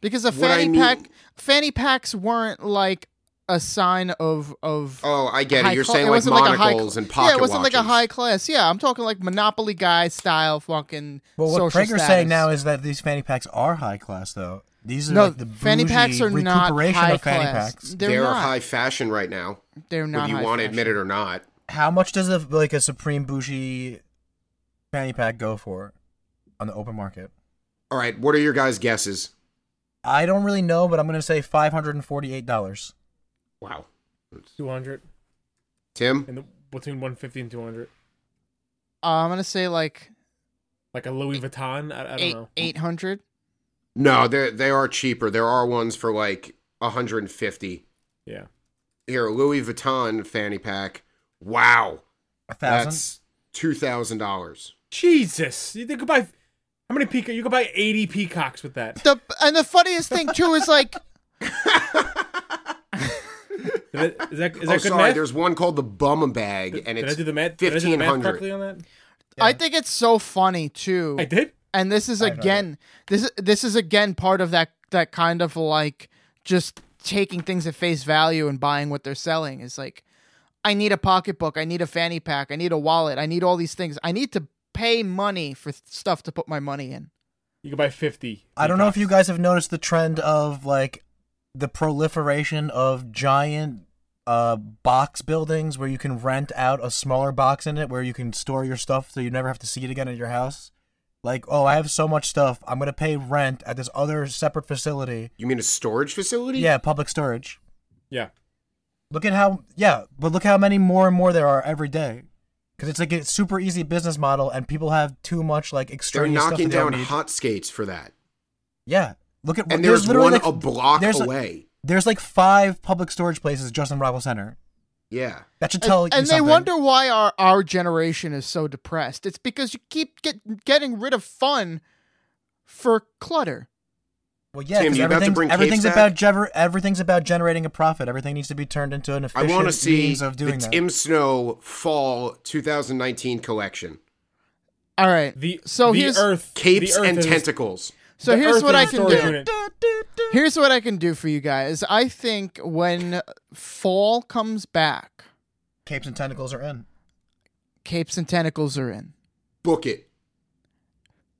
Because a What I fanny mean- pack fanny packs weren't like a sign of of Oh, I get high it. You're cla- saying it like wasn't like a high cl- monocles and pocket Yeah, it wasn't like a watches. high class. Yeah, I'm talking like Monopoly guy style fucking Well, what social Prager's status. saying now is that these fanny packs are high class, though. These are no, like the fanny bougie packs are not recuperation high of fanny class. packs. They're, They're, not. high fashion right now, They're not. whether you high want to fashion. admit it or not. How much does a like a supreme bougie fanny pack go for on the open market? All right, what are your guys' guesses? I don't really know, but I'm gonna say five hundred and forty-eight dollars. Wow, Two hundred Tim, and the, between one fifty and two hundred, Uh, I'm gonna say like like a Louis Vuitton. I, I don't eight know. eight hundred. no, they they are cheaper. There are ones for like 150. Yeah. Here, Louis Vuitton fanny pack. Wow, A thousand. that's two thousand dollars. Jesus, you they could buy how many peacocks? You could buy eighty peacocks with that. The and the funniest thing too is like Is that, is that, is that oh, good sorry. math? There's one called the Bum a Bag, and did it's I do the math? Did I do the Fifteen math hundred. correctly on that? I think it's so funny too. I did. and this is I have no again this is- this is again part of that that kind of like just taking things at face value and buying what they're selling is like i need a pocketbook i need a fanny pack i need a wallet i need all these things i need to pay money for th- stuff to put my money in You could buy fifty. I don't know if peacocks. you guys have noticed the trend of like the proliferation of giant uh box buildings where you can rent out a smaller box in it where you can store your stuff so you never have to see it again at your house. Like, oh, I have so much stuff. I'm going to pay rent at this other separate facility. You mean a storage facility? Yeah, public storage. Yeah. Look at how yeah, but look how many more and more there are every day. Because it's like a super easy business model, and people have too much like They're extraneous stuff knocking that they don't down need. hot skates for that. yeah, look at And there's, literally one like, a block there's like- away. there's like five public storage places just in Rockwell Center. yeah. That should and, tell you and they something. wonder why our our generation is so depressed it's because you keep get, getting rid of fun for clutter Well, yeah, Tim, 'cause you about to everything's, bring everything's capes about gener- everything's about generating a profit. Everything needs to be turned into an I efficient want to see means of doing the that. Tim Snow Fall 2019 collection. All right. The so the here's Earth Capes the Earth and is- tentacles. so the here's Earth what is I a can storage do. unit. Here's what I can do for you guys. I think when fall comes back, Capes and tentacles are in. capes and tentacles are in. Book it.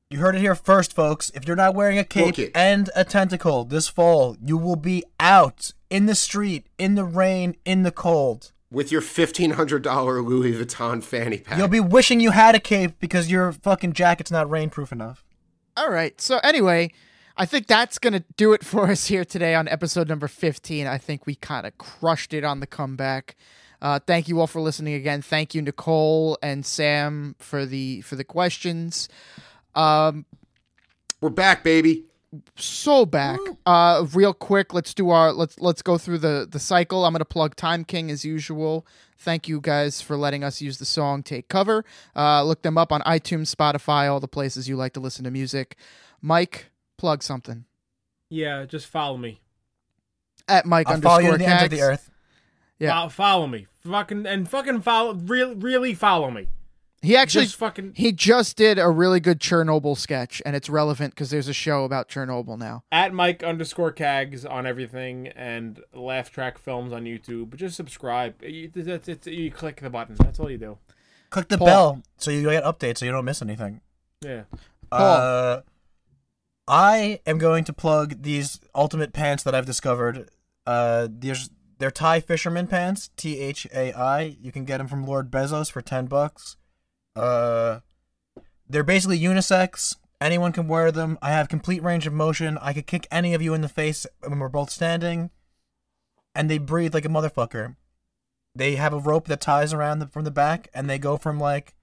You heard it here first, folks. If you're not wearing a cape Book it. and a tentacle this fall, you will be out in the street, in the rain, in the cold. With your $1,500 Louis Vuitton fanny pack. You'll be wishing you had a cape because your fucking jacket's not rainproof enough. All right. So anyway, I think that's going to do it for us here today on episode number 15. I think we kind of crushed it on the comeback. Uh, thank you all for listening again. Thank you Nicole and Sam for the for the questions. Um We're back, baby. so back. Uh real quick, let's do our let's let's go through the the cycle. I'm going to plug Time King as usual. Thank you guys for letting us use the song Take Cover. Uh look them up on iTunes, Spotify, all the places you like to listen to music. Mike, plug something. Yeah, just follow me. at Mike I'll follow underscore you to the Cags. end of the earth. Yeah. Fo- follow me. Fucking and fucking follow. Real, really follow me. He actually just fucking he just did a really good Chernobyl sketch, and it's relevant because there's a show about Chernobyl now. at Mike underscore Cags on everything and Laugh Track Films on YouTube. But just subscribe. You, that's, it's, you click the button. That's all you do. Click the Paul. bell so you get updates so you don't miss anything. Yeah. Paul. Uh, I am going to plug these ultimate pants that I've discovered. Uh, there's they're Thai fisherman pants, T H A I. You can get them from Lord Bezos for ten bucks. Uh, they're basically unisex. Anyone can wear them. I have complete range of motion. I could kick any of you in the face when we're both standing, and they breathe like a motherfucker. They have a rope that ties around the, from the back, and they go from like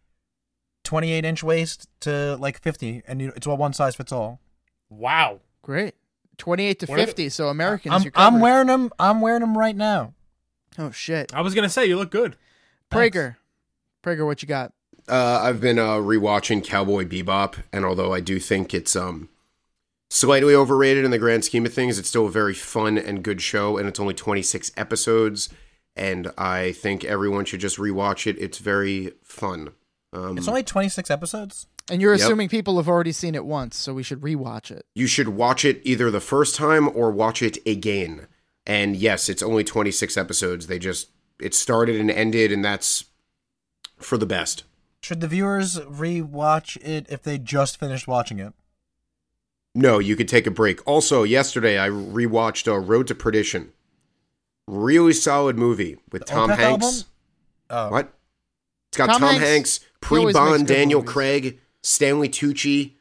28 inch waist to like 50 and you, it's all one size fits all Wow. Great, twenty eight to What are fifty. so Americans, I'm, you're I'm covered. wearing them i'm wearing them right now Oh shit, I was gonna say you look good. Prager, Prager, what you got? Uh, I've been uh, rewatching Cowboy Bebop, and although I do think it's um slightly overrated in the grand scheme of things, it's still a very fun and good show, and it's only 26 episodes, and I think everyone should just rewatch it. It's very fun. Um, it's only 26 episodes And you're Yep. assuming people have already seen it once, so we should rewatch it. you should watch it either the first time or watch it again. And yes, it's only 26 episodes. They just it started and ended, and that's for the best. should the viewers re-watch it if they just finished watching it No, you could take a break. Also, yesterday I rewatched uh, Road to Perdition. Really solid movie with The Tom Opeth Hanks. album? oh What? It's got Tom Tom, Hanks- Hanks, he always pre makes Bond, good Daniel movies. Craig, Stanley Tucci.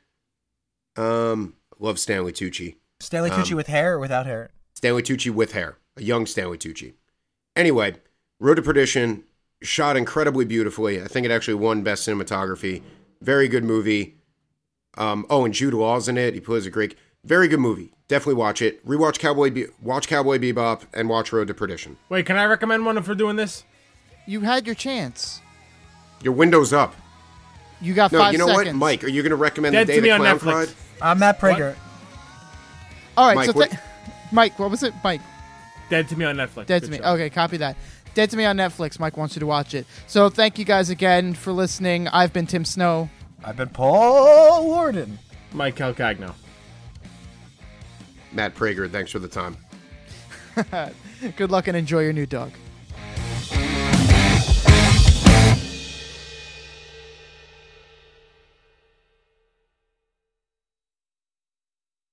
Um, love Stanley Tucci. stanley Um, tucci with hair or without hair Stanley Tucci with hair, a young Stanley Tucci. Anyway, Road to Perdition shot incredibly beautifully. I think it actually won Best Cinematography. Very good movie. Um, oh, and Jude Law's in it. He plays a Greek. Very good movie. Definitely watch it. Rewatch Cowboy Be- watch Cowboy Bebop and watch Road to Perdition. Wait, can I recommend one for doing this? You had your chance. Your window's up. You got No, five you know seconds. what, Mike? Are you going to recommend Dead The Day to the me on Clown Netflix. Cried? i'm matt prager All right, Mike, so what- th- *laughs* Mike, what was it? Mike, Dead to me on Netflix. Dead to Good Me. Oh, show. Okay, copy that. Dead to Me on Netflix. Mike wants you to watch it. So thank you guys again for listening. I've been Tim Snow. *laughs* i've been paul warden Mike Calcagno. Matt Prager, thanks for the time. Good luck and enjoy your new dog.